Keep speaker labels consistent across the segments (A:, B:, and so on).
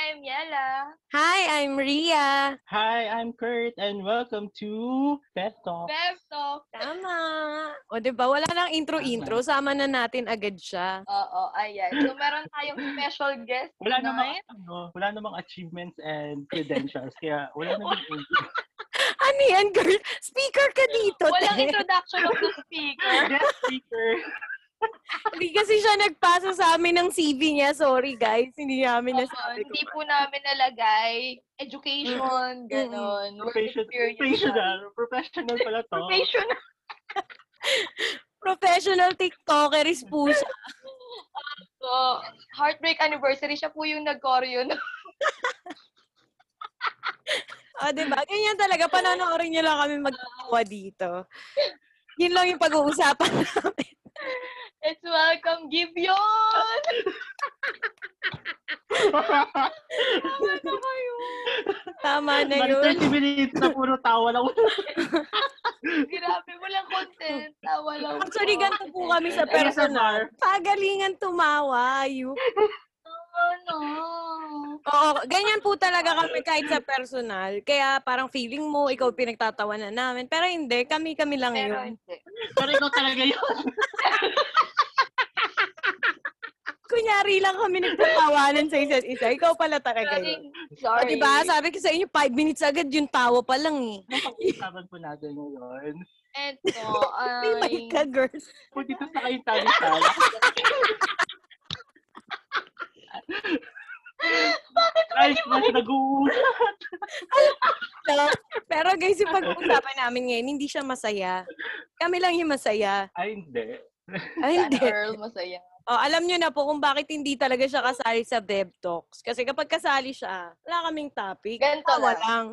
A: Carla.
B: Hi, I'm Ria.
C: Hi, I'm Kurt and welcome to Pet Talk.
A: Bev Talk.
B: Tama. O, di ba? Wala nang intro-intro. Sama na natin agad siya.
A: Oo, ayan. So, meron tayong special guest
C: Wala namang,
A: tonight.
C: ano, wala namang achievements and credentials. Kaya wala namang intro.
B: Ano yan, girl? Speaker ka dito,
A: Walang
B: te.
A: introduction of the speaker.
C: guest speaker.
B: Hindi kasi siya nagpasa sa amin ng CV niya. Sorry, guys. Hindi namin
A: Oo,
B: nasabi.
A: hindi po namin nalagay education, ganon, work
C: Profession,
A: experience.
C: professional. Professional pala to.
A: Professional.
B: Professional TikToker is po siya.
A: So, heartbreak anniversary, siya po yung nag-choreo. nun.
B: O, di ba? Ganyan talaga. Pananoorin niyo lang kami magkakawa dito. Yun lang yung pag-uusapan namin.
A: Let's welcome Gibeon! Ano kayo?
B: Tama na
C: Bali,
B: yun.
C: 30 minutes na puro tawa lang.
A: Grabe, walang content. Ah, Tawa lang.
B: Actually,
A: po.
B: ganito po kami sa
C: Pero sa
B: personal. Pagalingan tumawa. You
A: Ano?
B: Oo, ganyan po talaga kami kahit sa personal. Kaya parang feeling mo, ikaw pinagtatawanan namin. Pero hindi, kami-kami lang
A: Pero
B: yun.
A: hindi.
C: Pero ikaw talaga yun.
B: Kunyari lang kami nagtatawanan sa isa't isa. Ikaw pala talaga yun. O,
A: Sorry.
B: diba? Sabi ko sa inyo, five minutes agad yung tawa pa lang eh.
C: Pag-usapan po natin ngayon.
A: Eto,
B: Ay, my
A: ay,
B: God, girl.
C: Kung dito sa kayong tabi sala. Bakit Guys, mas nag-uulat.
B: No? Pero guys, yung pag-uusapan namin ngayon, hindi siya masaya. Kami lang yung masaya.
C: Ay, hindi.
A: sana
B: Ay, hindi.
A: Earl, masaya.
B: O, alam nyo na po kung bakit hindi talaga siya kasali sa Bev Talks. Kasi kapag kasali siya, wala kaming topic.
A: Ganito
B: Tawa
A: lang.
B: lang.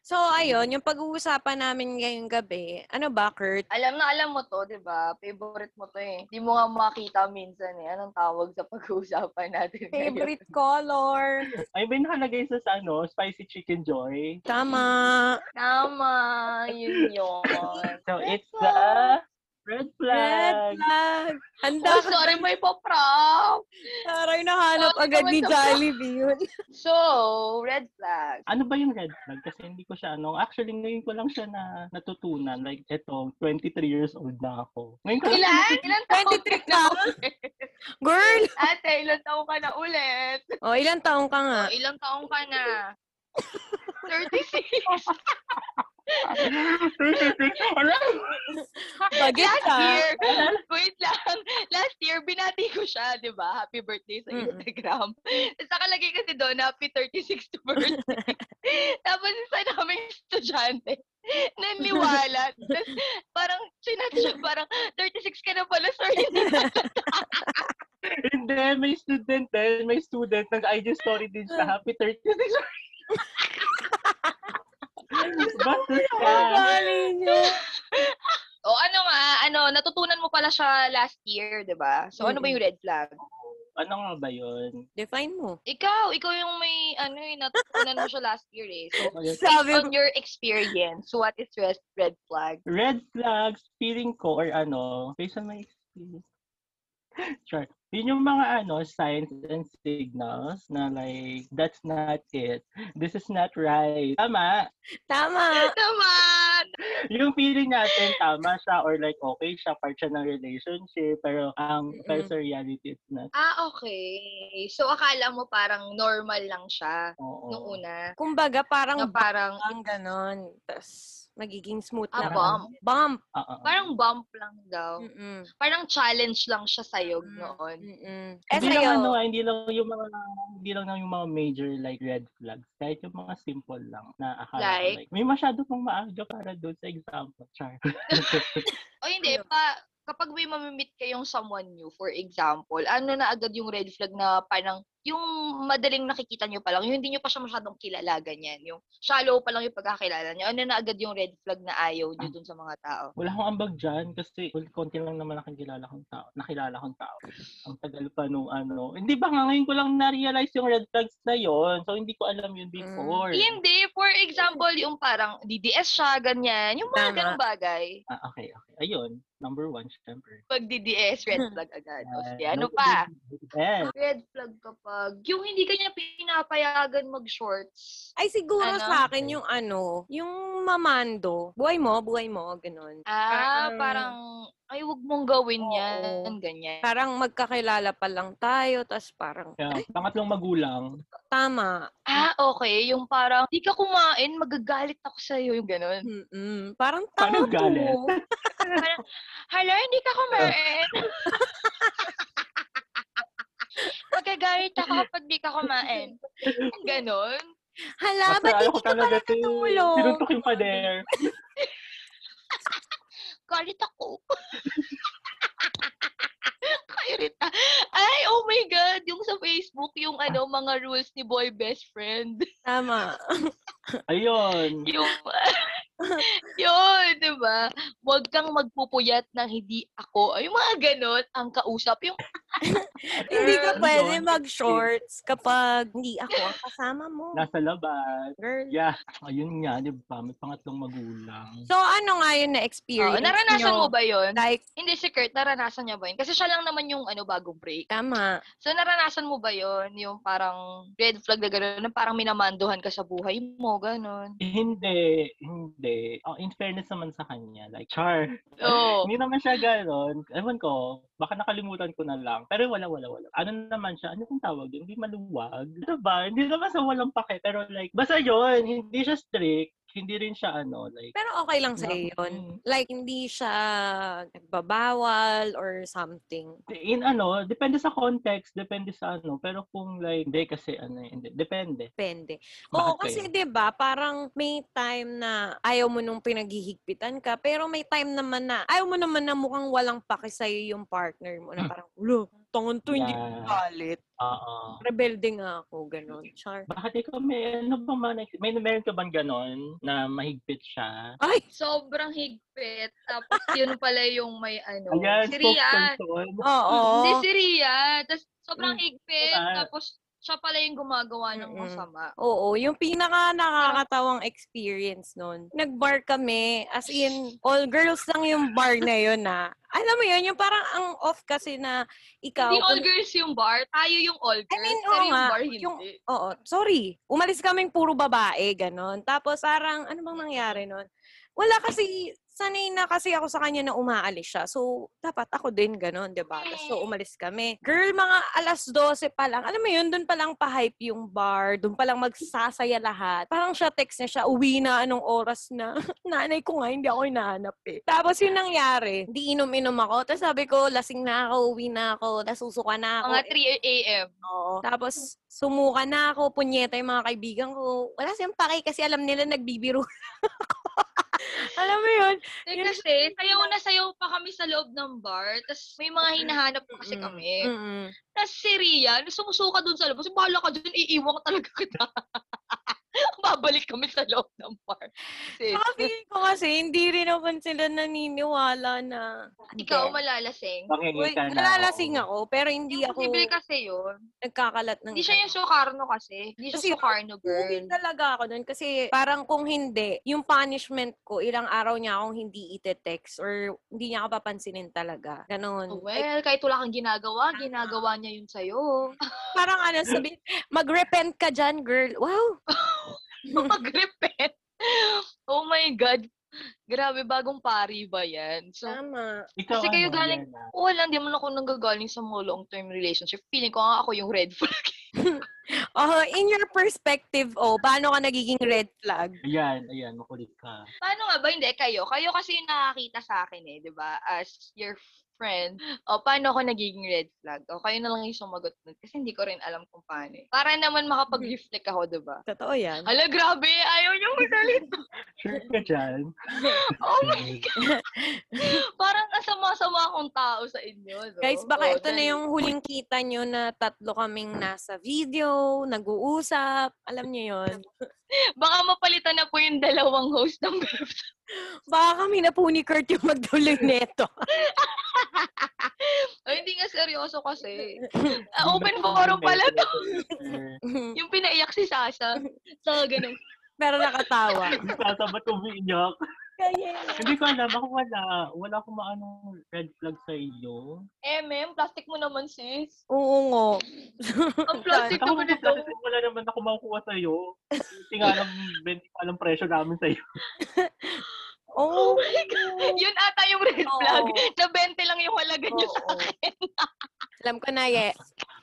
B: so, ayun, yung pag-uusapan namin ngayong gabi, ano ba, Kurt?
A: Alam na alam mo to, di ba? Favorite mo to eh. Di mo nga makita minsan eh. Anong tawag sa pag-uusapan natin ngayon?
B: Favorite color.
C: Ay, may nakalagay sa sa ano, spicy chicken joy.
B: Tama.
A: Tama, yun yun.
C: So, it's the red
B: Red
C: flag.
B: flag.
A: Oh,
B: Handa ka
A: sorry, may paprop!
B: taray na hanap
A: Sorry
B: agad
A: naman
B: ni
A: sa-
B: Jollibee yun.
A: So, red flag.
C: Ano ba yung red flag? Kasi hindi ko siya ano. Actually, ngayon ko lang siya na natutunan. Like, eto, 23 years old na ako. Ngayon ko lang siya
A: Ilan? Ilan taong ka
B: 23
A: na
B: na.
A: ulit?
B: Girl!
A: Ate, ilan taong ka na ulit?
B: O, ilang taong ka nga?
A: Ilang taong ka na? 36.
C: natutunan. Wala.
B: Bagit
A: Last
B: ka.
A: year, wait lang. Last year, binati ko siya, di ba? Happy birthday sa
B: Mm-mm.
A: Instagram. Tapos nakalagay kasi doon, happy 36th birthday. Tapos isa naming estudyante, naniwala. Tapos parang, chinat siya, parang, 36 ka na pala, sir. Hindi na
C: Hindi, may student din. May student. Nag-IG story din siya. Happy 30th. Bastos ka.
B: Kagali niyo.
A: O ano nga, ano, natutunan mo pala siya last year, 'di ba? So ano ba
B: Mm.
A: yung red flag?
C: Ano nga ba yun?
B: Define mo.
A: Ikaw, ikaw yung may ano yung natutunan mo siya last year eh. So
C: Ano yun?
B: Sabi
A: based on
B: mo.
A: your experience, what is red red flag?
C: Red flags, feeling ko, or ano, based on my experience. Sure. Yun yung mga ano, signs and signals na like, that's not it. This is not right. Tama.
B: Tama.
A: Naman!
C: Yung feeling natin, tama siya or like, okay siya, part siya ng relationship. Pero ang,
B: Mm-mm.
C: pero sa reality, it's not.
A: Ah, okay. So akala mo parang normal lang siya
C: Oo.
A: nung una.
B: Kumbaga, parang
A: Na parang
B: bang ganon. Tapos, magiging smooth
A: ah,
B: na.
C: Aba.
A: bump.
B: Bump.
C: Oo.
A: Parang bump lang daw.
B: Mm-mm.
A: Parang challenge lang siya sa'yo
B: Mm,
A: noon.
B: Mm-mm. Eh,
C: Hindi lang
B: sa'yo.
C: ano, ah, hindi lang yung mga hindi lang yung mga major like red flags. Kahit yung mga simple lang na akala ko,
A: Like?
C: like, may masyado pang maaga para doon sa example. Char.
A: O hindi,
B: Ano?
A: pa, kapag may mamimit kayong someone new, for example, ano na agad yung red flag na parang, yung madaling nakikita nyo pa lang, yung hindi nyo pa siya masyadong kilala, ganyan. Yung shallow pa lang yung pagkakilala nyo. Ano na agad yung red flag na ayaw nyo dun sa mga tao?
C: Wala akong ambag dyan kasi well, konti lang naman nakikilala kong tao. Nakilala kong tao. Ang tagal pa nung ano. Hindi ba nga ngayon ko lang na-realize yung red flags na yon So, hindi ko alam
A: Mm,
C: yun before.
A: Hindi, for example, yung parang DDS siya, ganyan. Yung mga
B: Tama.
A: ganong bagay.
C: Ah, okay, okay. Ayun. Number one, syempre.
B: Hmm.
A: Pag DDS, red flag agad. O
C: Ah,
A: sige, ano
C: number
A: pa?
C: two, Yes.
A: Red flag ka pa. pag yung hindi ka niya pinapayagan mag-shorts.
B: Ay, siguro
A: Ano?
B: sa akin yung ano, yung mamando. Buhay mo, buhay mo, ganun.
A: Ah,
B: Parang-
A: parang, ay, wag mong gawin
B: Oo.
A: yan. Ganyan.
B: Parang magkakilala pa lang tayo, tas parang,
C: Yeah. Pangatlong magulang.
B: tama.
A: Ah, okay. Yung parang, di ka kumain, magagalit ako sa'yo. Yung ganun.
B: Mm-mm. Parang tama
C: Paano galit?
B: to.
A: Parang, hala, hindi ka kumain. Magagalit ako kapag di ka kumain. Ganon.
B: Hala,
A: Ah,
B: ba't hindi
C: ayaw ko
B: ka pala
C: talaga to eh.
B: natulog?
C: Sinuntok yung pader.
A: Galit ako. Kairita. Ay, oh my God! Yung sa Facebook, yung ano, mga rules ni boy best friend.
B: Tama.
C: Ayun.
A: Yung, yun, di ba? Huwag kang magpupuyat ng hindi ako. Ay, yung mga ganon, ang kausap. Yung,
B: hindi ka
C: Ayun.
B: pwede mag-shorts kapag hindi ako ang kasama mo,
C: Nasa labas.
B: girl.
C: Yeah. Ayun nga, di ba? May pangatlong magulang.
B: So, ano nga yun na
A: Oo, oh,
B: experience
A: naranasan mo ba yun?
B: Like,
A: Hindi, si Kurt, naranasan niya ba yun? Kasi siya lang naman yung ano, bagong break.
B: tama.
A: So, naranasan mo ba yun? Yung parang red flag na gano'n, na parang minamandohan ka sa buhay mo, gano'n.
C: Eh, Hindi, hindi. Oh, in fairness naman sa kanya, like, char.
A: Oo.
C: Hindi naman siya gano'n. Ewan ko, baka nakalimutan ko na lang. Pero wala, wala, wala. Ano naman siya? Ano yung tawag yun? Hindi maluwag. Diba? Hindi naman sa walang pake. Pero like, basta yun, hindi siya strict. Hindi rin siya ano, like,
B: Pero okay lang sa yun.
C: Mm.
B: Like, hindi siya nagbabawal or something.
C: in ano, depende sa context, depende sa ano. Pero kung like, hindi kasi ano, hindi. Depende.
B: Depende. Oo,
C: Bakit?
B: kasi 'di ba parang may time na ayaw mo nung pinaghihigpitan ka, pero may time naman na ayaw mo naman na mukhang walang pake sa'yo yung partner mo na parang, ulo, tangon to, hindi ko
C: Yeah.
B: galit.
C: Oo.
B: Rebelde nga ako, ganun. Char.
C: Bakit ikaw may ano ba man, may meron ka bang ganon na mahigpit siya?
B: Ay,
A: Sobrang higpit. Tapos, yun pala yung may ano.
C: Ayan,
A: si Ria.
C: spokesperson.
A: Hindi,
B: oo.
A: si Ria. Tapos, sobrang
C: Mm,
A: higpit.
C: wala.
A: Tapos, siya pala yung gumagawa ng
B: Mm-mm.
A: masama.
B: Oo, yung pinaka nakakatawang experience nun. Nag-bar kami, as in, all girls lang yung bar na yun na. Alam mo yun, yung parang ang off kasi na ikaw.
A: Hindi all
B: kung-
A: girls yung bar. Tayo yung all girls.
B: mean,
A: pero
B: oo
A: yung
B: nga,
A: bar, hindi.
B: yung- Oo, sorry. Umalis kaming puro babae, ganon. Tapos parang, ano bang nangyari nun? Wala kasi, sanay na kasi ako sa kanya na umaalis siya. So, dapat ako din ganon, di ba? Tapos so, umalis kami. Girl, mga alas 12 pa lang. Alam mo yun, doon pa lang pa-hype yung bar. Doon pa lang magsasaya lahat. Parang siya text na siya, uwi na anong oras na. Nanay ko nga, hindi ako hinahanap eh. Tapos yun nangyari, di inom-inom ako. Tapos sabi ko, lasing na ako, uwi na ako. Tapos susuka na ako.
A: Mga 3 a.m.
B: Oo. Tapos, sumuka na ako, punyeta yung mga kaibigan ko. Wala siyang pake kasi alam nila nagbibiro lang ako. alam mo yun?
A: Eh,
B: Yun
A: kasi, sayaw na sayaw pa kami sa loob ng bar. Tapos, may mga hinahanap pa kasi
B: Mm,
A: kami.
B: mm-mm.
A: Tapos, si Ria, sumusuka dun sa loob. Kasi, bahala ka dun, iiwang talaga kita. Babalik kami sa loob ng bar. Sis,
B: Saka feeling ko kasi, hindi rin naman sila naniniwala na.
A: ikaw malalasing.
C: Pangingi
B: Uy,
C: ka na.
B: nalalasing ako, pero hindi
A: Hindi
B: ako
A: Imposible kasi yun.
B: nagkakalat ng...
A: Hindi siya yung Sukarno kasi. Hindi siya
B: Kasi
A: Sukarno
B: Uwi
A: girl.
B: talaga ako nun kasi parang kung hindi, yung punishment ko, ilang araw niya akong hindi ite-text or hindi niya ako papansinin talaga. Ganon.
A: Oh, Well, kahit wala kang ginagawa, ginagawa niya yun sa'yo.
B: parang ano, sabi, mag-repent ka dyan, girl. Wow.
A: Mag-repent. Oh my God. Grabe, bagong pari ba yan? So,
B: Tama.
C: Ikaw,
A: Kasi kayo
C: ano,
A: galing-
C: Yana?
A: wala, hindi man ako nanggagaling sa mga long-term relationship. Feeling ko nga ako yung red flag.
B: Oh, in your perspective, oh, paano ka nagiging red flag?
C: Ayan, ayan, makulit ka.
A: Paano nga ba? Hindi, kayo. Kayo kasi yung nakakita sa akin eh, di ba? As your friend. O, paano ako nagiging red flag? O, kayo na lang yung sumagot nun. Kasi hindi ko rin alam kung paano eh. Para naman makapag-reflect ako, di ba?
B: Totoo yan.
A: Hala, grabe. Ayaw niyo magsalita.
C: Sure ka dyan?
A: Oh my Parang ang sama-sama akong tao sa inyo. No?
B: Guys, baka
A: Oh,
B: ito na
A: dahil-
B: yung huling kita nyo na tatlo kaming nasa video, nag-uusap. Alam nyo yun.
A: Baka mapalitan na po yung dalawang host ng group.
B: Baka kami na po ni Kurt yung magduloy neto.
A: Ay, hindi nga seryoso kasi. Ah, open forum pala to. Yung pinaiyak si Sasa. Sa ganun.
B: Pero nakatawa.
C: Tata, ba't umiiyak?
B: Kaya.
C: Hindi ko alam, ako wala. Wala akong maanong red flag sa iyo.
A: Eh, ma'am, plastic mo naman, sis.
B: Oo nga.
A: Ang Ah, plastic
C: Ako
A: naman
C: naman
A: nito.
C: kasi wala naman ako makukuha sa iyo. Hindi nga alam, hindi ko alam presyo namin sa iyo.
A: Oh
B: Oo.
A: my God. Yun ata yung red
B: Oo.
A: flag. Na 20 lang yung halaga niyo sa
B: Oo. Alam ko na, ye.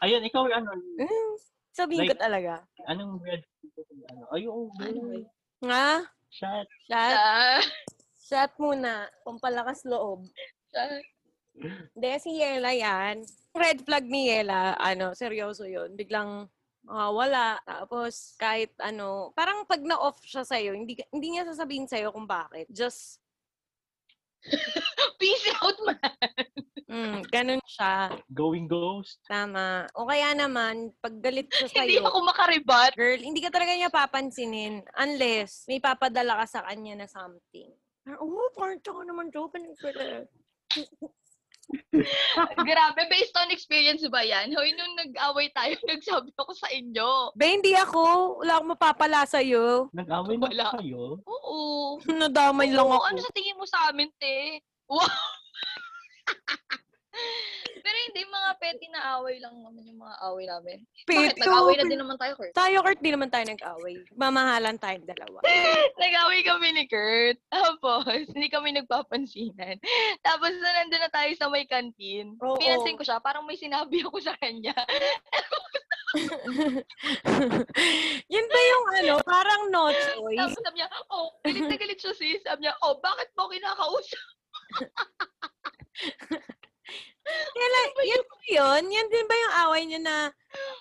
C: Ayun, ikaw ano,
B: Mm, Sabihin ko
C: Like-
B: talaga.
C: anong red flag? Ano? Ayun, girl.
B: Nga?
C: Shut.
B: Shot?
A: Ah,
B: Shot muna. Pampalakas loob.
A: ah.
B: Hindi, si Yela yan. Red flag ni Yela, ano, seryoso yun. Biglang ah, wala. Tapos, kahit ano, parang pag na-off siya sa'yo, hindi, ka- hindi niya sasabihin sa'yo kung bakit. Just,
A: Peace out, man.
B: mm, ganun siya.
C: Going ghost.
B: Tama. O kaya naman, pag galit siya
A: Hindi
B: sa'yo,
A: ako makaribat.
B: girl, hindi ka talaga niya papansinin unless may papadala ka sa kanya na something. Parang, Oh, parang ka naman to, pinag
A: Grabe, based on experience ba yan? Hoy, nung nag-away tayo, nagsabi ako sa inyo.
B: Be, hindi ako. Wala akong mapapala sa'yo.
C: Nag-away na
A: Wala.
C: kayo.
A: Oo.
B: Nadamay lang
A: Oo,
B: ako.
A: ano sa tingin mo sa amin, te? Wow! Pero hindi, mga petty na away lang naman yung mga away namin. Bakit?
B: Pito.
A: Nag-away na din naman tayo, Kurt.
B: Tayo, Kurt, di naman tayo nag-away. Mamahalan tayong dalawa.
A: Nag-away kami ni Kurt. Tapos, hindi kami nagpapansinan. Tapos, na nandun na tayo sa may canteen.
B: Oo.
A: Pinansin ko siya, parang may sinabi ako sa kanya.
B: Yun ba yung ano? Parang no
A: Tapos
B: choice.
A: sabi niya, oh, galit na galit siya sis. Sabi niya, oh, bakit mo ako kinakausap?
B: Kaya, yun ba yun? Yan din ba yung away niya na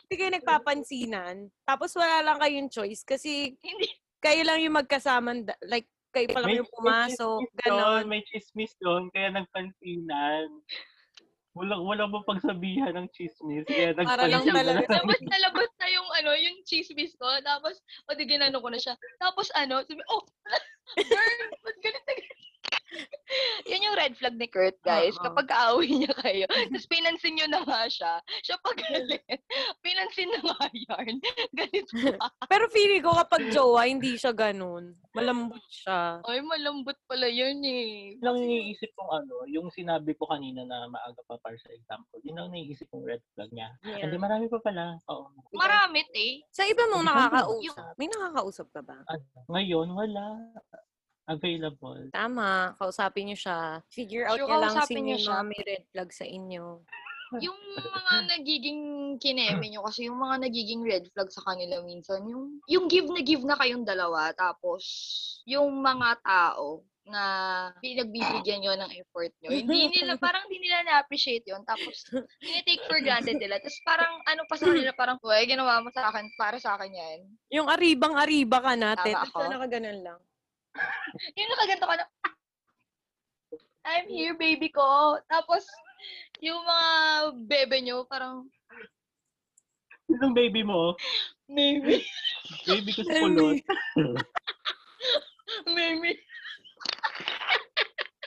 B: hindi kayo nagpapansinan? Tapos wala lang kayong choice kasi
A: Hindi.
B: kayo lang yung magkasama. Like, kayo pa lang yung pumasok.
C: chismis
B: Ganon.
C: yun, May chismis yun, kaya nagpansinan. Wala, wala mo pagsabihan ng chismis, kaya
B: Para lang
C: nagpansinan.
B: talaga.
A: Labas na labas na yung, ano, yung chismis ko. Tapos, o di ginano ko na siya. Tapos ano, sabi, oh, girl, ba't galit na galit? Yun yung red flag ni Kurt, guys.
B: Oo.
A: Kapag kaaway niya kayo. Tapos pinansin niyo na nga siya. Siya pag galit. Pinansin na nga yarn. Galit pa.
B: Pero feeling ko kapag jowa, hindi siya ganun. Malambot siya.
A: Ay, malambot pala yun eh.
C: lang iniisip kong ano, yung sinabi ko kanina na maaga pa para sa example, yun lang naiisip kong red flag niya.
B: Yeah.
C: Hindi, marami pa pala. Oo.
A: Marami, eh.
B: Sa iba mong
C: Ano?
B: nakakausap, may nakakausap ka ba?
C: Ano, ngayon, wala. Available.
B: Tama, kausapin niyo siya. Figure out
A: Sure,
B: niya lang
A: kausapin
B: sino
A: niyo
B: yung
A: siya.
B: mga may red flag sa inyo.
A: yung mga nagiging kineme nyo, kasi yung mga nagiging red flag sa kanila minsan, yung, yung give na give na kayong dalawa, tapos yung mga tao na pinagbibigyan nyo ng effort nyo, hindi nila, parang hindi nila na-appreciate yun, tapos tinitake for granted nila, tapos parang ano pa sa kanila, parang, uy, ginawa mo sa akin, para sa akin yan.
B: Yung aribang-ariba ka natin.
A: Tama
B: Tama
A: ako.
B: ako. nakaganan lang.
A: Yung nakaganto ka na, I'm here, baby ko. Tapos, yung mga bebe nyo, parang,
C: Yung baby mo,
A: maybe,
C: baby ko sa kulot.
A: maybe.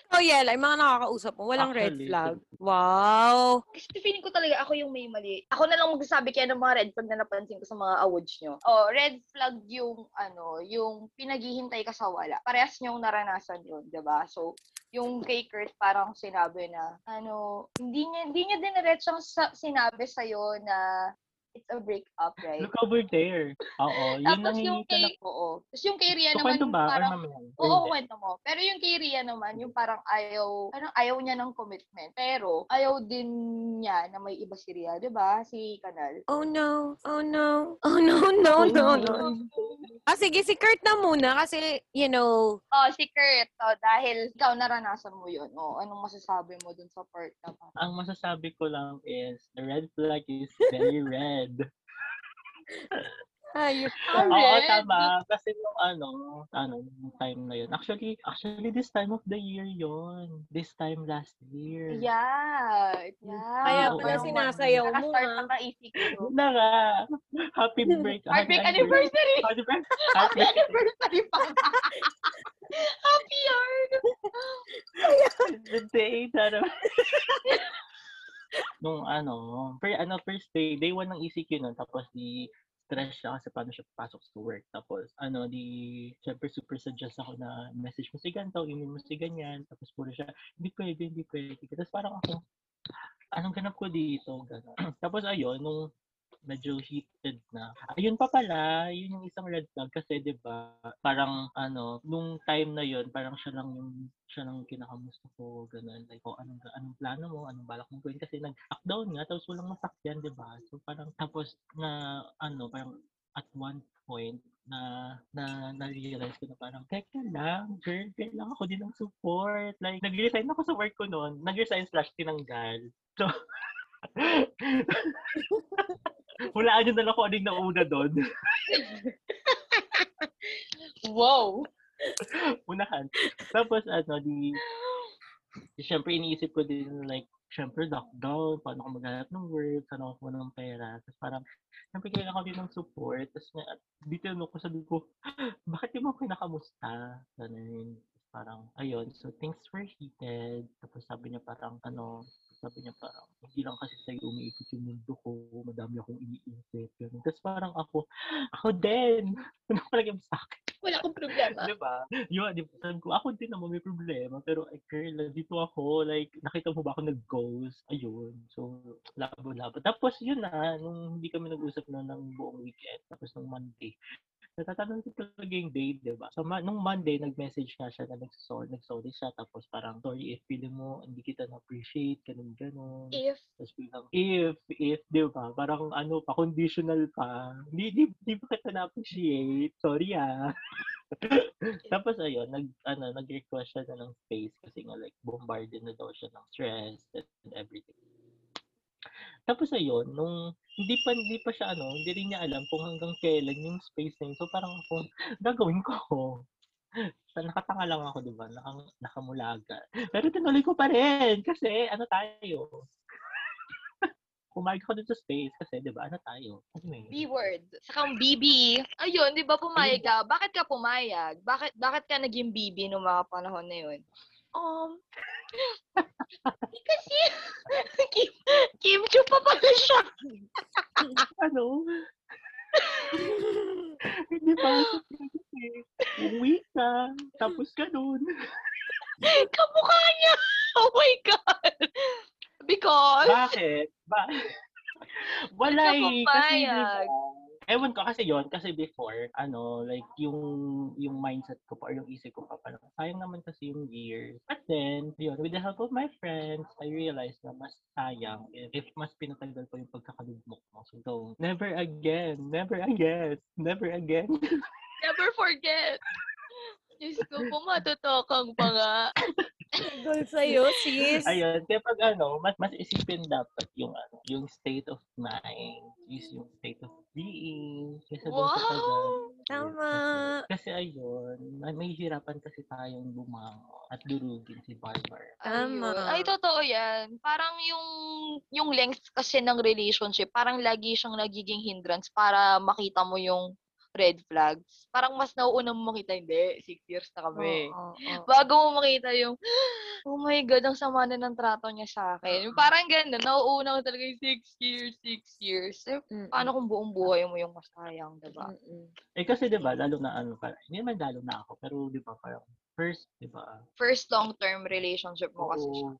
B: Oh, yeah, like, mga nakakausap mo, walang red
C: Actually,
B: flag. Wow.
A: Kasi feeling ko talaga ako yung may mali. Ako na lang magsasabi kaya ng mga red flag na napansin ko sa mga awards nyo. Oh, red flag yung ano, yung pinaghihintay ka sa wala. Parehas niyong naranasan yun, 'di ba? So, yung kay Kurt parang sinabi na ano, hindi niya hindi niya diniretsong sa, sinabi sa na it's a breakup, right?
C: Look over there. Oo, yun lang
A: Tapos yung
C: hinihintay
A: kay oo. Tapos yung kay
B: ano
A: Ria
C: So,
A: naman
C: kwento ba? Or
A: parang
C: mamaya?
A: Oo,
C: Hindi.
A: kwento mo. Pero yung kay Rhea naman, yung parang ayaw, parang ayaw niya ng commitment. Pero, ayaw din niya na may iba si Rhea, di ba? Si Kanal.
B: Oh, no. Oh, no. Oh, no, no, no, no.
A: Mm-hmm.
B: Ah, sige, si Kurt na muna kasi, you know,
A: Oh, si Kurt. Oh, dahil ikaw naranasan mo yun. Oh, anong masasabi mo dun sa part na pa?
C: Ang masasabi ko lang is, the red flag is very red.
B: ayun.
A: Ah,
C: Oo,
A: red?
C: tama. Kasi nung ano, ano, nung time na yun. Actually, actually, this time of the year yon This time last year.
A: Mm-hmm. Yeah. Yeah.
B: Kaya
C: oo,
B: pala
C: oo.
B: sinasayaw mo,
A: Nakastart
B: ah.
A: ang kaisip ko.
C: Yun na nga. Happy break.
A: Heartbreak anniversary!
C: Happy break.
A: Happy
C: Happy
A: anniversary pa! Happy yard!
C: the day that E nung ano, per, ano, first day, day one ng ECQ nun, tapos di stress siya kasi paano siya papasok sa work. Tapos, ano, di, syempre super suggest ako na message mo si ganito, email mo si ganyan. Tapos puro siya, hindi pwede, hindi pwede. Tapos parang ako, anong ganap ko dito? Ganun. Tapos ayun, nung medyo heated na. Ayun pa pala, yun yung isang red flag kasi 'di ba? Parang ano, nung time na yun, parang siya lang yung siya lang yung kinakamusta ko, ganun. Like, oh, anong anong plano mo? Anong balak mong gawin? Kasi nag-lockdown nga tapos walang masakyan, 'di ba? So parang tapos na ano, parang at one point na na na-realize ko na parang teka lang girl kailangan ko din ng support like nag-resign ako sa work ko noon nag-resign slash tinanggal so Hulaan nyo na lang kung ano yung nauna doon.
A: Wow!
C: Unahan. Tapos ano, di, di syempre iniisip ko din like, syempre lockdown, paano ako maghanap ng work, paano ako ng pera. Tapos parang, syempre kailangan ko din ng support. Tapos nga, dito ano ko sabi ko, bakit yung mga kinakamusta? Ganun. Tapos Parang, ayun, so things were heated. Tapos sabi niya parang, ano, sabi niya parang, hindi lang kasi sa'yo umiikot yung mundo ko, madami akong iniisip. Ganun. Tapos parang ako, ako din! Ano palagi mo sa akin?
A: Wala akong problema.
C: Di ba? Yun, di ba? Sabi ko, ako din naman may problema. Pero, eh, girl, dito ako. Like, nakita mo ba ako nag-ghost? Ayun. So, labo-labo. Tapos, yun na. Nung hindi kami nag-usap na ng buong weekend. Tapos, nung Monday. Natatanong ko talaga yung day, di ba? So, ma- nung Monday, nag-message nga siya na nag-sorry, nag-sorry siya. Tapos, parang, sorry if feeling mo, hindi kita na-appreciate, ganun-ganun.
A: If,
C: Tapos bilang, if, if, di ba? Parang ano pa, conditional pa. Hindi, di, di ba kita na-appreciate? Sorry ah. Tapos ayun, nag, ano, nag-request siya na ng space kasi nga like bombarded na daw siya ng stress and everything. Tapos ayun, nung hindi pa hindi pa siya ano, hindi rin niya alam kung hanggang kailan yung space na yun. So parang ako, gagawin ko. So, nakatanga lang ako, di ba? Nakang, nakamulaga. Pero tinuloy ko pa rin kasi ano tayo, pumayag ako dun sa space kasi, di ba, ano tayo? Ano yun?
A: B word. Sakang BB. Ayun, di ba pumayag ka? Bakit ka pumayag? Bakit bakit ka naging BB noong mga panahon na yun? Um, kasi Kim, Kim Chu pa pala siya.
C: Ano? Hindi pa ako sa space. Uwi ka. Tapos ganun.
A: Kamukha niya. Oh my God. Because,
C: Bakit? Ba? Wala
A: Ba't ka
C: eh. Kasi, di ba,
A: pumayag?
C: ewan ko kasi yon kasi before, ano, like, yung, yung mindset ko pa, or yung isip ko pa, parang, sayang naman kasi yung years. But then, yun, with the help of my friends, I realized na mas sayang if, if mas pinatagal pa yung pagkakalugmok mo. So, don't. Never again. Never again. Never again.
A: never forget. Diyos ko, pumatotokang pa nga.
B: Idol sa'yo, sis.
C: Ayun, kaya pag ano, mas mas isipin dapat yung ano, yung state of mind, is yung state of being. Kasi
A: Wow!
B: Tama.
C: Kasi ayun, may, may hirapan kasi tayong bumango at durugin si Barbar.
B: Tama.
A: Ayun. Ay, totoo yan. Parang yung, yung length kasi ng relationship, parang lagi siyang nagiging hindrance para makita mo yung red flags. Parang mas nauuna mo makita, hindi, six years na kami.
B: Oo, oo.
A: Bago mo makita yung, oh my God, ang sama na ng trato niya sa akin.
B: Oo.
A: Parang ganda, nauuna ko talaga yung six years, six years. Eh,
B: Mm-mm.
A: paano kung buong buhay mo yung masayang, diba?
B: Mm-mm.
C: Eh kasi 'di ba, lalo na ano, parang, hindi naman lalo na ako, pero 'di ba parang first, 'di ba?
A: First long-term relationship mo kasi siya.
C: oo,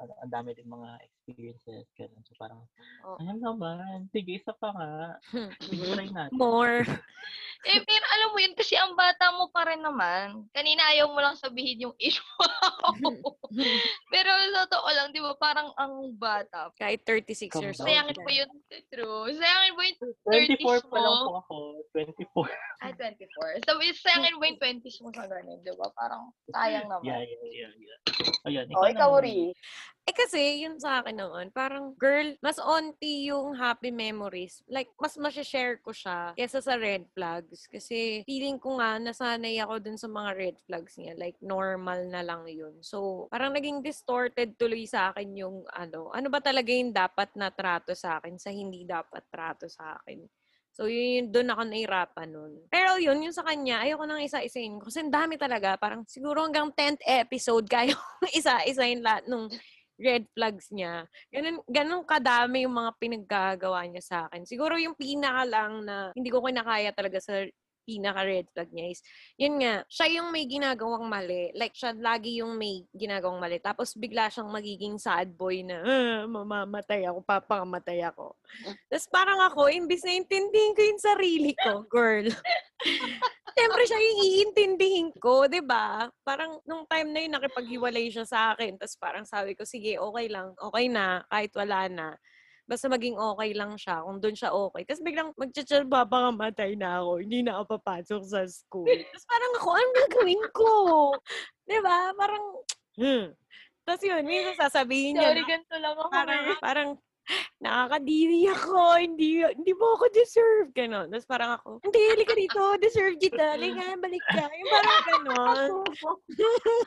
C: Ano, ang dami din mga experiences, ganun. So parang,
A: Oo.
C: ayan naman, sige, isa pa nga. Sige,
A: Mm-hmm.
C: try natin.
B: More.
A: Eh, pero alam mo yun, kasi ang bata mo pa rin naman. Kanina ayaw mo lang sabihin yung issue. pero sa totoo lang, di ba, parang ang bata.
B: Kahit 36
C: Come
B: years
C: down.
B: old.
A: Sayangin
B: ka.
A: po yun, true. Sayangin po yun,
C: 24 pa lang
A: mo.
C: po ako. 24.
A: ay, 24. So, sayangin po yung 20s mo sa ganun, di ba? Parang sayang
C: Yeah,
A: naman.
C: yeah, yeah, yeah. Ayan,
A: Oh, ikaw, Ri.
C: naman.
B: Eh kasi, yun sa akin naman, parang, girl, mas onti yung happy memories. Like, mas share ko siya kesa sa red flags. Kasi, feeling ko nga, nasanay ako dun sa mga red flags niya. Like, normal na lang yun. So, parang naging distorted tuloy sa akin yung, ano, ano ba talaga yung dapat na trato sa akin sa hindi dapat trato sa akin. So, yun, yun doon ako nahirapan nun. Pero yun, yung sa kanya, ayoko nang isa-isayin ko. Kasi ang dami talaga. Parang siguro hanggang 10th episode, kaya kong isa-isayin lahat nung red flags niya. Ganun, ganun kadami yung mga pinaggagawa niya sa akin. Siguro yung pinaka lang na hindi ko kinakaya talaga sa pinaka red flag niya is, yun nga, siya yung may ginagawang mali. Like, siya lagi yung may ginagawang mali. Tapos, bigla siyang magiging sad boy na, "Ah, mamamatay ako, papangamatay ako. Tapos, parang ako, imbis na intindihin ko yung sarili ko, girl. Siyempre siya yung iintindihin ko, 'di ba? Parang nung time na yun nakipaghiwalay siya sa akin, tapos parang sabi ko sige, okay lang, okay na kahit wala na. Basta maging okay lang siya, kung doon siya okay. Tapos biglang magcha-chill pa matay na ako, hindi na ako papasok sa school. Tapos parang ako, ano gagawin ko? 'Di ba? Parang hmm. Tapos yun, minsan sasabihin niya
A: Sorry,
B: na-
A: ganito lang ako.
B: parang, parang, nakakadiri ako, hindi, hindi mo ako deserve, gano'n. Tapos parang ako, hindi, halika dito, deserve kita, halika, balik ka. Yung parang gano'n.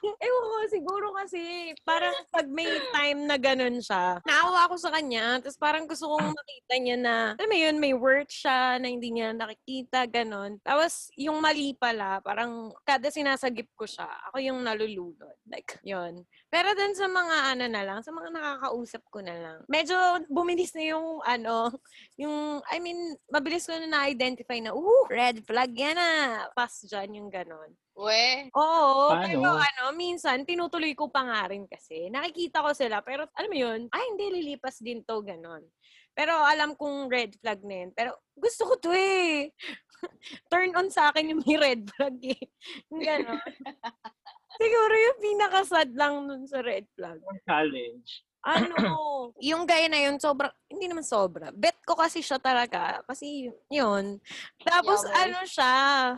B: Ewan ko, siguro kasi, parang pag may time na gano'n siya, naawa ako sa kanya, tapos parang gusto kong makita niya na, alam mo yun, may work siya, na hindi niya nakikita, gano'n. Tapos, yung mali pala, parang kada sinasagip ko siya, ako yung nalulunod. Like, yun. Pero dun sa mga ano na lang, sa mga nakakausap ko na lang, medyo bumilis na yung ano, yung, I mean, mabilis ko na na-identify na, ooh, red flag yan ah. Pass dyan yung ganon.
A: We,
B: Oo,
C: Paano?
B: pero ano, minsan, tinutuloy ko pa nga rin kasi. Nakikita ko sila, pero alam mo yun, ay hindi, lilipas din to, ganon. Pero alam kong red flag na yun. Pero gusto ko to eh. Turn on sa akin yung may red flag eh. Ganon. Siguro yung pinakasad lang nun sa red flag.
C: Challenge.
B: Ano, yung gaya na yun, sobra, hindi naman sobra. Bet ko kasi siya talaga. Kasi yun. Tapos
A: Yaman.
B: ano siya,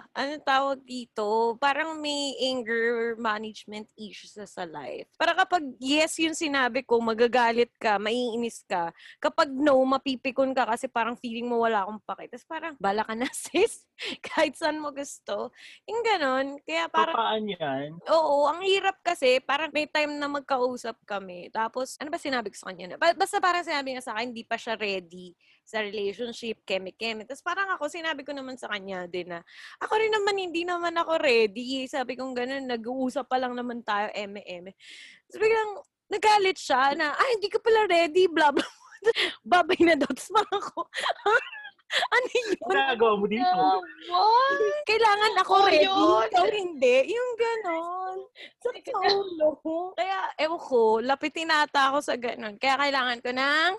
B: ano tawag dito, parang may anger management issues na sa life. Para kapag yes yung sinabi ko, magagalit ka, maiinis ka. Kapag no, mapipikon ka kasi parang feeling mo wala akong pake. Tapos parang, bala ka na sis, kahit saan mo gusto. Yung ganon. Kaya
C: So,
B: parang,
C: Paano yan?
B: Oo, ang hirap kasi, parang may time na magkausap kami. Tapos, ano ba sinabi ko sa kanya? na? Ba- Basta parang sinabi niya sa akin, hindi pa siya ready sa relationship, keme-keme. Tapos parang ako, sinabi ko naman sa kanya din na, ako rin naman, hindi naman ako ready. Sabi kong ganun, nag-uusap pa lang naman tayo, eme-eme. Tapos biglang, nagalit siya na, ay, hindi ka pala ready, blah, blah, blah. Babay na daw. Tapos parang ako, ano
C: Ang
B: yun?
C: ginagawa mo dito?
A: Ah, what?
B: Kailangan ako
A: Oh,
B: ready,
A: yun.
B: ikaw hindi. Yung ganon. Sa ulo. Kaya, ewan ko, lapitin ata ako sa ganon. Kaya kailangan ko ng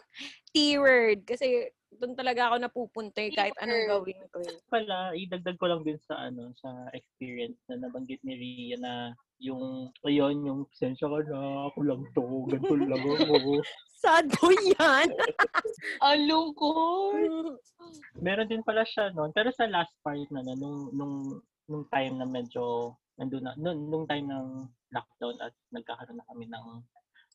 B: T-word. Kasi doon talaga ako napupunta eh, kahit anong
A: T-word.
B: gawin ko. eh.
C: pala, idagdag ko lang din sa ano, sa experience na nabanggit ni Ria na yung, ayun, yung sensya ka na, ako lang to, ganito lang ako.
B: Sad boy yan.
A: Ang lungkot.
C: Meron din pala siya noon, pero sa last part na, na nung, nung, nung time na medyo, nandun na, nung, nung time ng lockdown at nagkakaroon na kami ng,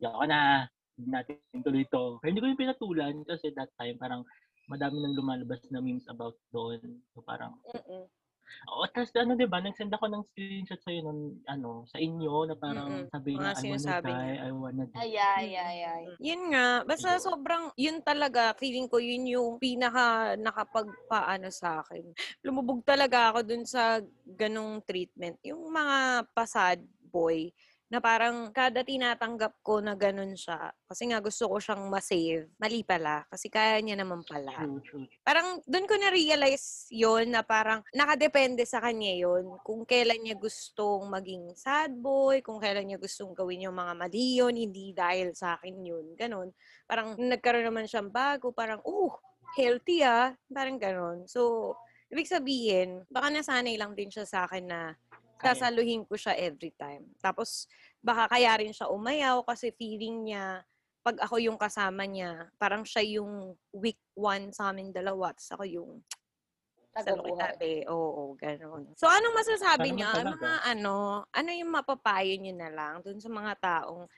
C: yoko na, hindi natin tuloy to. Pero hindi ko yung pinatulan kasi that time parang madami nang lumalabas na memes about doon. So parang
B: Mm-mm.
C: Oo, tapos ano, di ba, nagsend ako ng screenshot sa'yo nun, ano, sa inyo, na parang
B: Mm-mm. Mga
C: sabi niya, I wanna
B: sinasabi
C: die,
B: niya."
C: I wanna die.
A: Ay, ay, ay, ay.
B: Mm, Yun nga, basta
C: Yun.
B: sobrang, yun talaga, feeling ko yun yung pinaka nakapagpaano sa akin. Lumubog talaga ako dun sa ganong treatment. Yung mga pasad boy, na parang kada tinatanggap ko na ganun siya, kasi nga gusto ko siyang masave, mali pala, kasi kaya niya naman pala
C: True, true.
B: parang doon ko na-realize yon na parang nakadepende sa kanya yon kung kailan niya gustong maging sad boy, kung kailan niya gustong gawin yung mga mali yun, hindi dahil sa akin yun, ganun. Parang nagkaroon naman siyang bago, parang, oh, healthy ah, parang ganun. So, ibig sabihin, baka nasanay lang din siya sa akin na
C: Kaya.
B: sasaluhin ko siya every time. Tapos, baka kaya rin siya umayaw kasi feeling niya pag ako yung kasama niya, parang siya yung week one sa amin dalawa, tapos ako yung sa
A: Tagabuhay.
B: tabi. Oo, ganun. So, anong masasabi
C: Parang eh.
B: niyo? Ang
C: talaga.
B: mga ano, ano yung mapapayo niyo na lang dun sa mga taong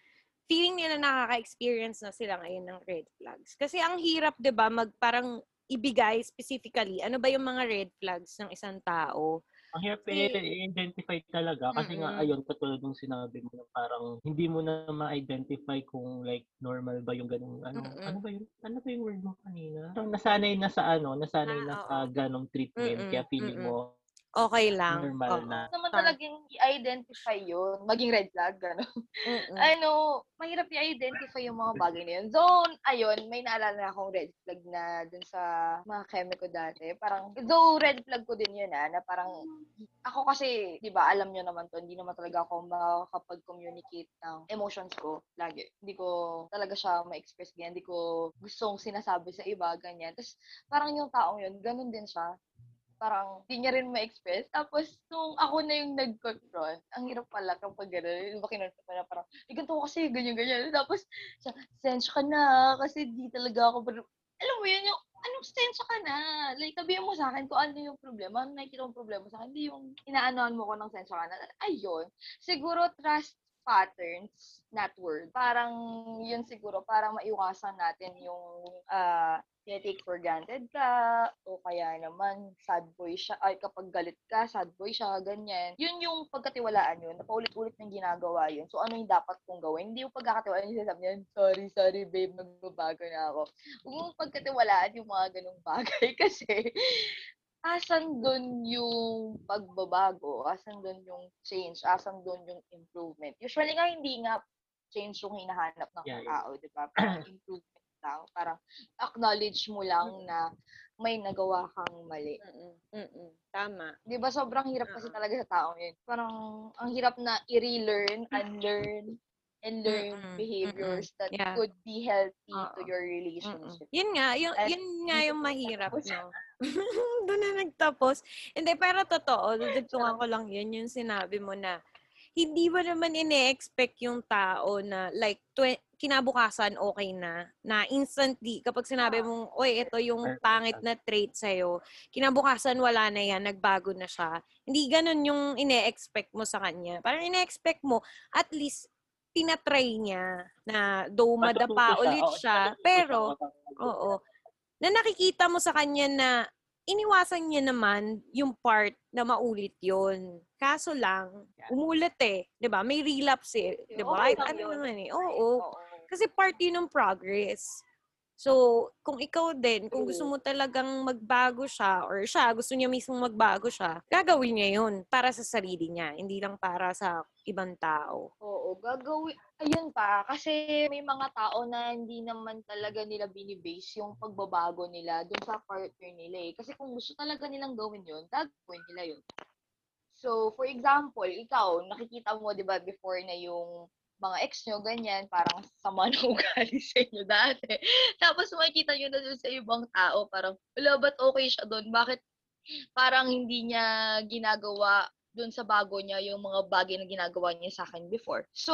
B: feeling nila nakaka-experience na sila ngayon ng red flags? Kasi ang hirap, di ba, mag parang ibigay specifically, ano ba yung mga red flags ng isang tao?
C: Ang hirap
B: Kasi-
C: i-identify talaga kasi nga
B: Mm-mm.
C: ayun katulad ng sinabi mo na parang hindi mo na ma-identify kung like normal ba yung ganung ano
B: Mm-mm.
C: ano ba yun ano ba yung word mo kanina parang nasanay na sa ano nasanay
B: Ah,
C: na
B: oo.
C: sa ganong treatment
B: Mm-mm,
C: kaya feeling
B: mm-mm.
C: mo
B: Okay lang.
C: Normal
B: Oo.
C: na.
A: naman
B: Tama.
A: talagang i-identify yun. Maging red flag, gano'n.
B: Mm-mm.
A: Ano, mahirap i-identify yung mga bagay na yun. So, ayun, may naalala na akong red flag na dun sa mga keme ko dati. Parang, though red flag ko din yun ah, na parang, ako kasi, di ba, alam nyo naman to, hindi naman talaga ako makakapag-communicate ng emotions ko lagi. Hindi ko talaga siya ma-express ganyan. Hindi ko gustong sinasabi sa iba, ganyan. Tapos, parang yung taong yun, ganun din siya parang di niya rin ma-express. Tapos, nung ako na yung nag-confront, ang hirap pala kapag gano'n. Yung ba kinonfront ko na parang, eh, ganito ko kasi, ganyan-ganyan. Tapos, siya, sense ka na, kasi di talaga ako, pero, alam mo yun, yung, anong sense ka na? Like, sabihin mo sa akin kung ano yung problema, ano nakikita mong problema sa akin, hindi yung inaanoan mo ko ng sense ka na. Ayun. Siguro, trust patterns, not word. Parang, yun siguro, parang maiwasan natin yung, ah, tinitake for granted ka, o kaya naman, sad boy siya, ay kapag galit ka, sad boy siya, ganyan. Yun yung pagkatiwalaan yun, na paulit-ulit nang ginagawa yun. So, ano yung dapat kong gawin? Hindi yung pagkakatiwalaan yung sinasabi niyan, sorry, sorry babe, magbabago na ako. Huwag mong pagkatiwalaan yung mga ganong bagay kasi asan doon yung pagbabago, asan doon yung change, asan doon yung improvement. Usually nga, hindi nga change yung hinahanap ng
C: Yeah, yeah.
A: tao, di ba? Parang improvement lang. Parang acknowledge mo lang
B: Mm.
A: na may nagawa kang mali.
B: Mm-mm. Mm-mm. Tama.
A: Di ba sobrang hirap kasi
B: Oo.
A: talaga sa taong yun. Parang ang hirap na i-relearn, unlearn, and learn
B: Mm-mm.
A: behaviors that
B: Yeah.
A: could be healthy to
B: Oo.
A: your
B: Mm-mm.
A: relationship.
B: Mm. Yun nga, yun,
A: At
B: yun nga
A: dito
B: yung
A: na
B: mahirap,
A: tapos.
B: no? Doon na nagtapos. Hindi, pero totoo, dudugtungan ko lang yun, yung sinabi mo na hindi mo naman ine-expect yung tao na like twe- kinabukasan okay na na instantly kapag sinabi
A: Ah.
B: mong oy ito yung
C: Perfect.
B: pangit na trait sa kinabukasan wala na yan nagbago na siya hindi ganun yung ine-expect mo sa kanya parang ine-expect mo at least tinatry niya na though madapa
C: Matututo
B: ulit
C: oo,
B: siya
C: matututo
B: pero
C: siya.
B: Oo. Na nakikita mo sa kanya na iniwasan niya naman yung part na maulit yon. Kaso lang, umulit eh. 'Di ba May relapse eh. 'Di ba
A: Okay
B: Ay,
A: lang
B: ano
A: yun.
B: naman eh.
A: Oo.
B: Oo. Kasi part yun ng progress. So, kung ikaw din, kung gusto mo talagang magbago siya or siya, gusto niya mismo magbago siya, gagawin niya yun para sa sarili niya, hindi lang para sa ibang tao.
A: Oo, gagawin. Ayun pa, kasi may mga tao na hindi naman talaga nila binibase yung pagbabago nila dun sa partner nila eh. Kasi kung gusto talaga nilang gawin yun, gagawin nila yun. So, for example, ikaw, nakikita mo, di ba, before na yung mga ex nyo, ganyan, parang sama na ugali sa inyo dati. Tapos makikita nyo na dun sa ibang tao, parang, wala, ba't okay siya doon? Bakit parang hindi niya ginagawa dun sa bago niya yung mga bagay na ginagawa niya sa akin before. So,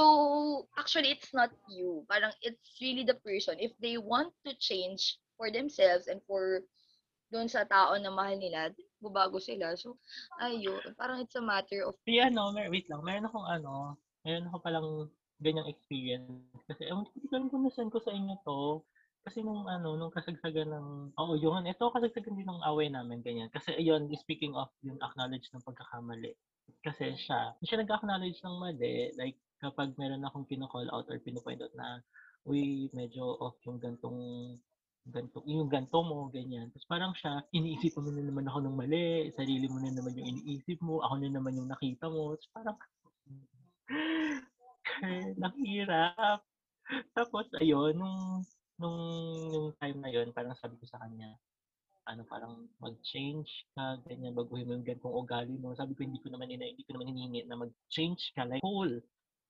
A: actually, it's not you. Parang it's really the person. If they want to change for themselves and for dun sa tao na mahal nila, bubago sila. So, ayun. Parang it's a matter of
C: Di ano, mer- wait lang, meron akong ano, meron ako palang ganyang experience. Kasi, ewan ko, hindi ko alam kung nasan ko sa inyo to. Kasi nung ano, nung kasagsagan ng, oo, yun, ito kasagsagan din ng away namin, ganyan. Kasi ayun, speaking of yung acknowledge ng pagkakamali. Kasi siya, siya nag-acknowledge ng mali, like, kapag meron akong kino-call out or pinu-point out na, uy, medyo off yung gantong ganto, yung ganto mo, ganyan. Tapos parang siya, iniisip mo na naman ako ng mali, sarili mo na naman yung iniisip mo, ako na naman yung nakita mo. Tapos parang, Girl, nakahirap. Tapos ayun, nung, nung, nung time na yun, parang sabi ko sa kanya, ano parang mag-change ka, ganyan, baguhin mo yung gantong ugali mo. Sabi ko, hindi ko naman, ina, hindi ko naman hinihingi na mag-change ka, like whole,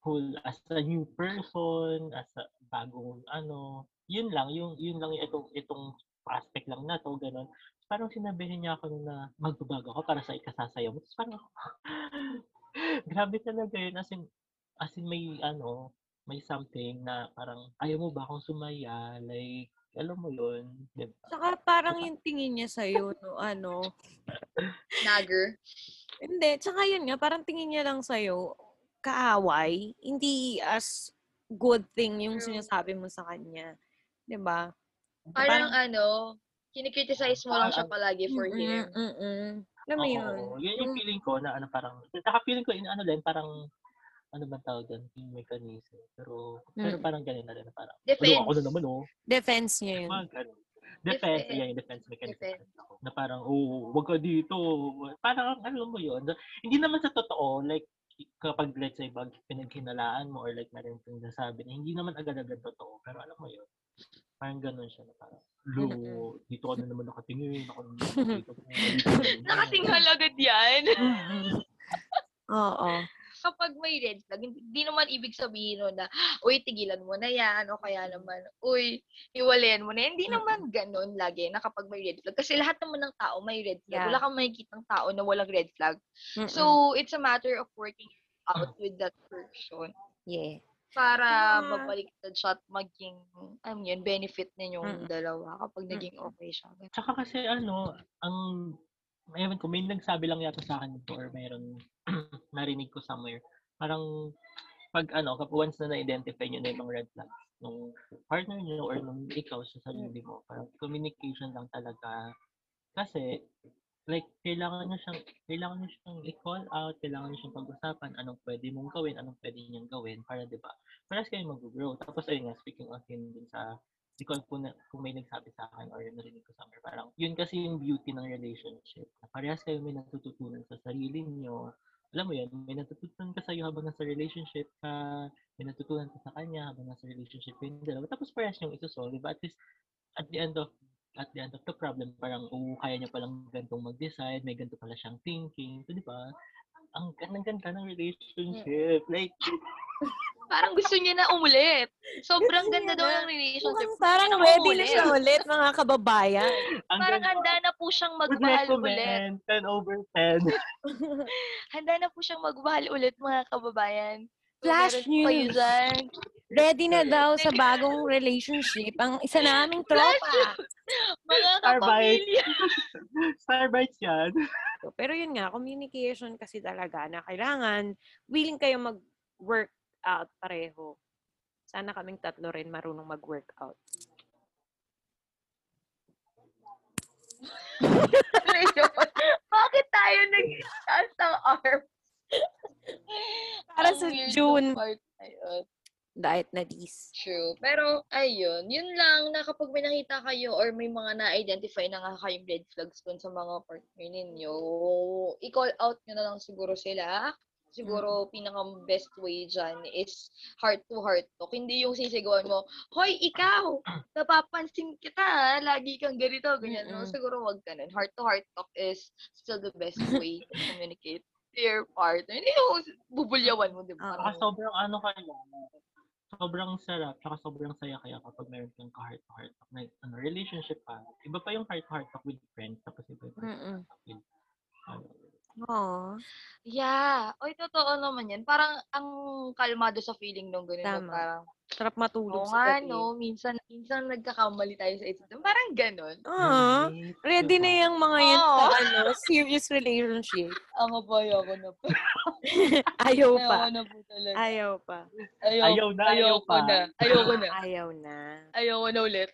C: whole, as a new person, as a bagong, ano, yun lang, yung, yun lang yung itong, itong aspect lang na to, ganun. Parang sinabihin niya ako na magbabago ako para sa ikasasaya mo. Tapos parang, grabe talaga yun, as in, as in may, ano, may something na parang, ayaw mo ba akong sumaya? Like, alam mo yun, di ba?
B: Saka parang yung tingin niya sa'yo, no, ano,
A: nagger.
B: Hindi, tsaka yun nga, parang tingin niya lang sa'yo, kaaway, hindi as good thing yung
A: True.
B: sinasabi mo sa kanya. 'Di ba?
A: Parang ano, kinikriticize mo lang siya palagi for him.
B: Mm-mm, mm-mm. Alam mo
C: Oo,
B: yun? Mm.
C: yun yung
B: Yung-
C: feeling ko na ano parang, saka feeling ko in ano din, parang, ano ba tawag doon, yung mechanism. Pero, pero
B: Mm.
C: parang ganun na rin, na parang, ano,
A: Defense.
C: ako na naman oh.
B: Defense niya yun.
C: Mga ganun. Defense,
A: Defense.
C: yeah, yung defense mechanism.
A: Defense.
C: Na parang, oh, wag ka dito. Parang, alam mo yun. Hindi naman sa totoo, like, kapag let's say pag pinaghinalaan mo or like meron kang nasabi na hindi naman agad-agad totoo pero alam mo yun parang ganun siya na parang lo dito ka na naman nakatingin ako naman dito ka na nakatingin."
A: Nakatinghal agad yan.
B: Oo.
A: kapag may red flag, hindi hindi naman ibig sabihin nun na, uy, tigilan mo na yan, o kaya
B: Mm.
A: naman, uy, iwalayan mo na yan. Hindi
B: Mm-mm.
A: naman ganun lagi na kapag may red flag. Kasi lahat naman ng tao may red flag.
B: Yeah.
A: Wala kang makikitang tao na walang red flag.
B: Mm-mm. Mm.
A: So, it's a matter of working out with that person
B: yeah.
A: para
B: Yeah.
A: mabaliktad siya at maging, ano yun, benefit ninyong
B: Mm-mm. Mm.
A: dalawa kapag naging
B: Mm-mm.
A: okay siya.
C: Tsaka kasi ano, ang ewan ko, may nagsabi lang yata sa akin ito or mayroon narinig ko somewhere. Parang pag ano, kap once na na-identify nyo na yung mga red flags nung partner nyo or nung ikaw sa sarili mo, parang communication lang talaga. Kasi, like, kailangan nyo siyang, kailangan nyo siyang i-call out, kailangan nyo siyang pag-usapan, anong pwede mong gawin, anong pwede niyang gawin, para, di ba, parehas kayo mag-grow. Tapos, ayun nga, speaking of yun din sa di ko alam kung, na, kung may nagsabi sa akin or narinig ko somewhere. Parang, yun kasi yung beauty ng relationship. Na parehas kayo may natututunan sa sarili nyo. Alam mo yan, may natututunan ka sa'yo habang nasa relationship ka. May natutunan ka sa kanya habang nasa relationship kayo yung dalawa. Tapos parehas yung isusolve. Diba? At least, at the end of at the end of the problem, parang, oh, kaya niya palang gantong mag-decide, may ganito pala siyang thinking. So, di ba? Ang ganda-ganda ng relationship.
A: Mm.
C: Like,
A: Parang gusto niya na umulit. Sobrang
B: Gusto
A: ganda
B: niya
A: daw
B: na.
A: ng relationship.
B: parang
A: Gusto niya
B: ready na
A: umulit.
B: siya ulit, mga kababayan.
C: ang
A: Parang
C: ganda.
A: handa na po siyang
C: Would
A: magmahal ulit.
C: recommend 10 over 10.
A: handa na po siyang magmahal ulit mga kababayan.
B: Flash
A: meron pa kayo
B: news.
A: dyan.
B: ready na daw sa bagong relationship ang isa naming tropa.
A: Mga
C: Bye-bye.
A: kapamilya.
C: Starbites yan.
B: So, Pero yun nga, communication kasi talaga na kailangan willing kayo mag-work out pareho. Sana kaming tatlo rin marunong mag-work out.
A: Bakit tayo nag-taas ng arm?
B: Para
A: Ang
B: sa
A: weird ng
B: June.
A: part na yun.
B: Diet na dis.
A: True. Pero, ayun. Yun lang na kapag may nakita kayo or may mga na-identify na nga kayong red flags dun sa mga partner ninyo, i-call out nyo na lang siguro sila. Siguro, pinaka-best way dyan is heart-to-heart talk. Hindi yung sisigawan mo, Hoy, ikaw! Napapansin kita, ha? Lagi kang ganito, ganyan. No?
B: Mm-mm.
A: Siguro, wag ganun. Heart-to-heart talk is still the best way to communicate to your partner. Hindi yung bubulyawan mo, di ba?
B: Oo.
C: Saka sobrang ano kaya, sobrang sarap, saka sobrang saya kaya kapag meron kang ka-heart to heart talk na ano, relationship pa. Iba pa yung heart to heart talk with friends, tapos iba yung heart
B: Mm-mm.
C: to heart with ano,
B: Oo.
A: Yeah. Oy, totoo naman yan. Parang ang kalmado sa feeling nung ganun. yung
B: Tama.
A: Parang,
B: Sarap
A: oo
B: matulog
A: nga,
B: sa gabi.
A: no. Minsan, minsan nagkakamali tayo sa isa't isa. Parang ganun.
B: Oo.
C: Right,
B: Ready
C: diba?
B: na yung mga yan sa
A: Oo.
B: ano, serious relationship.
A: Ako ba, ayoko na po.
B: Ayaw pa.
A: Ayoko na po talaga.
B: Ayaw pa.
A: Ayoko,
C: Ayaw na,
A: ayoko,
C: ayaw pa.
A: na. Ayoko na.
B: Ayaw na.
A: Ayoko na ulit.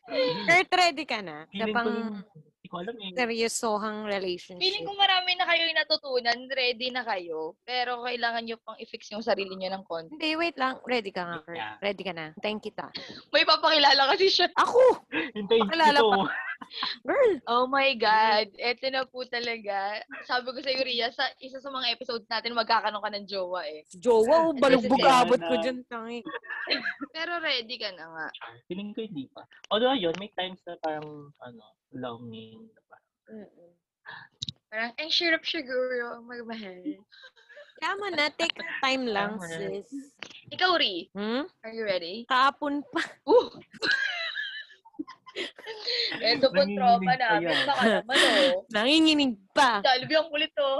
B: Kurt, ready ka na? Sa
C: Feeling ko yun,
B: pang
C: hindi ko alam eh.
B: seryosohang relationship.
A: Feeling ko marami na kayo yung natutunan. Ready na kayo. Pero kailangan nyo pang i-fix yung sarili nyo ng konti.
B: Hindi, wait lang. Ready ka nga, Kurt.
C: Yeah.
B: Ready ka na. Thank kita.
A: May papakilala kasi siya.
B: Ako!
C: Hintayin
B: Pakilala
C: ko.
B: Girl!
A: Oh my God. Eto na po talaga. Sabi ko sa Ria, sa isa sa mga episodes natin, magkakaroon ka ng jowa eh.
B: Jowa, oh, balugbog
A: Kasi
B: abot ko
C: na-
B: dyan, tangi.
A: Pero ready ka na nga.
C: Feeling ko hindi pa. Although ayun, may times na parang ano, longing. na parang,
A: Parang, ang sure siguro, magmahal.
B: Tama na, take your time lang,
C: Tama.
B: sis.
A: Ikaw, Ri,
B: Hmm?
A: are you ready?
B: Kahapon pa.
A: Uh! Ito po
C: Nanginginig
A: tropa
C: pa
A: namin.
C: yan.
A: Baka naman, oh.
B: Nanginginig pa.
A: Dalabi ang kulit, oh.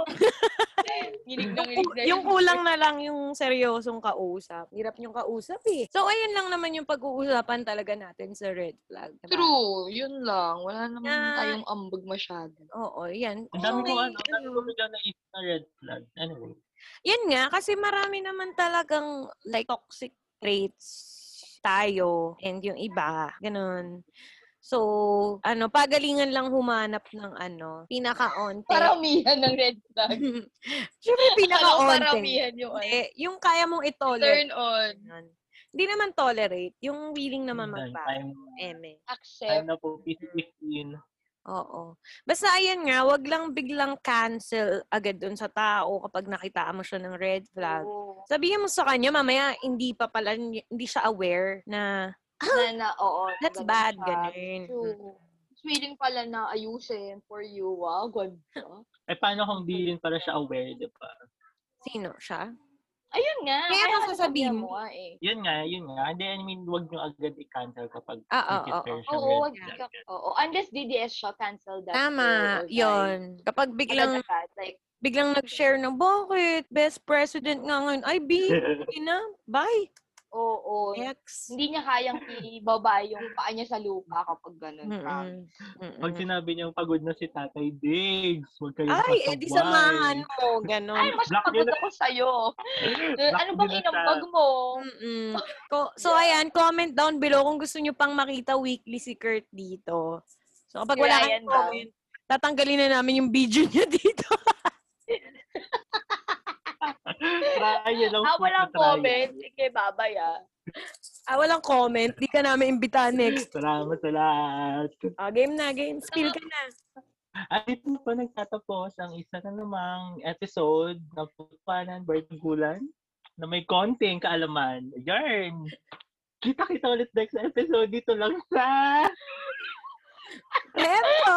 A: Nginig ng nginig na
B: Yung kulang na lang yung seryosong kausap. Hirap yung kausap eh. So, ayun lang naman yung pag-uusapan talaga natin sa red flag. diba?
A: True, yun lang. Wala naman
B: Na-
A: tayong ambag masyado.
B: Oo, yan.
C: Ang dami
B: Kung may-
C: kong ano, ang dami kong bigla naisip na red flag. Anyway.
B: Yan nga, kasi marami naman talagang like toxic traits tayo and yung iba, ganun. So, ano, pagalingan lang humanap ng ano, pinaka-onte.
A: Paramihan ng red flag.
B: Siyempre, pinaka-onte.
A: Paramihan yung ano.
B: Hindi, yung kaya mong itolerate.
A: Turn on.
B: Ganun. Hindi naman tolerate. Yung willing naman
C: Yun,
B: magbago.
C: Time,
B: Eme.
A: Accept.
C: time na po,
B: eh.
C: PC15.
B: Oo. Basta ayan nga, wag lang biglang cancel agad dun sa tao kapag nakita mo siya ng red flag.
A: Oo.
B: Sabihin mo sa kanya, mamaya hindi pa pala, hindi siya aware na
A: na, na, oo. na
B: that's
A: ganun
B: bad,
A: siya.
B: ganun.
A: True. Mas willing pala na ayusin for you, ah. Ganda.
C: Eh, paano kung di yun para siya aware, di ba?
B: Sino siya?
A: Ayun nga.
B: Kaya
A: kaya
B: bang sasabihin
A: sabihan
B: mo?
A: ah, eh.
C: Yun nga, yun nga. Hindi, I mean, wag nyo agad i-cancel kapag
B: Ah, ah, ah,
C: declare siya
A: Oo, wag
C: red flag.
A: ka. Oo, unless DDS siya, cancel that.
B: Tama,
A: girl or guy.
B: yon. Kapag biglang,
A: Agad-agad, Like,
B: biglang nag-share na, bakit? Best president nga ngayon. Ay, B, hindi na. Bye.
A: oo.
B: Next.
A: Hindi niya kayang ibaba yung paa niya sa lupa kapag ganun. promise.
B: Mm-mm. Mm-mm.
A: Mm.
C: Pag sinabi niyang pagod na si Tatay Diggs, huwag kayo
A: eh,
B: Ay, edi samahan mo.
A: Ay,
B: Ganon.
A: mas
C: Black
A: pagod
C: din-
A: ako sa'yo. Eh, ano bang inambag mo?
B: Mm-mm. Ko- So, ayan, comment down below kung gusto nyo pang makita weekly si Kurt dito. So, kapag wala
A: Sirayan
B: kang
A: daw.
B: comment, tatanggalin na namin yung video niya dito.
C: Try nyo lang.
A: Ah,
C: po,
A: walang
C: try.
A: comment. Sige, babay ah.
B: ah, walang comment. Di ka namin imbitahan next.
C: Salamat sa lahat.
B: Ah, game na, game. Spill ka na.
C: At ito po nagtatapos ang isa na namang episode ng Putpanan Bartigulan na may konting kaalaman. Yarn! Kita-kita ulit next episode dito lang sa...
B: Epo!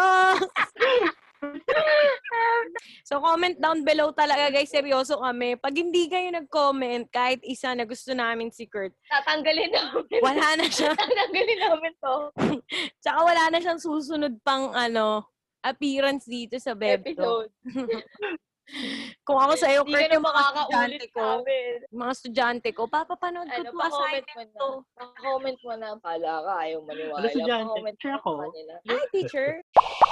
B: so, comment down below talaga, guys. Seryoso kami. Pag hindi kayo nag-comment, kahit isa na gusto namin si Kurt,
A: Tatanggalin namin.
B: wala na siya.
A: Tatanggalin namin to.
B: Tsaka wala na siyang susunod pang, ano, appearance dito sa Bebto.
A: Episode.
B: Kung ako sa'yo,
A: Hindi ka
B: Kurt,
A: na
B: yung mga
A: makakaulit
B: estudyante ko,
A: namin.
B: yung mga estudyante ko, papapanood ko
A: Ano,
B: to
A: pa-comment mo
B: assignment
A: na.
B: to.
A: Pa-comment mo na. Pala ka, ayaw maniwala.
C: Ano, estudyante?
A: Pa-comment mo
C: Sure
A: na
C: ako.
A: sa kanila.
B: Hi, teacher.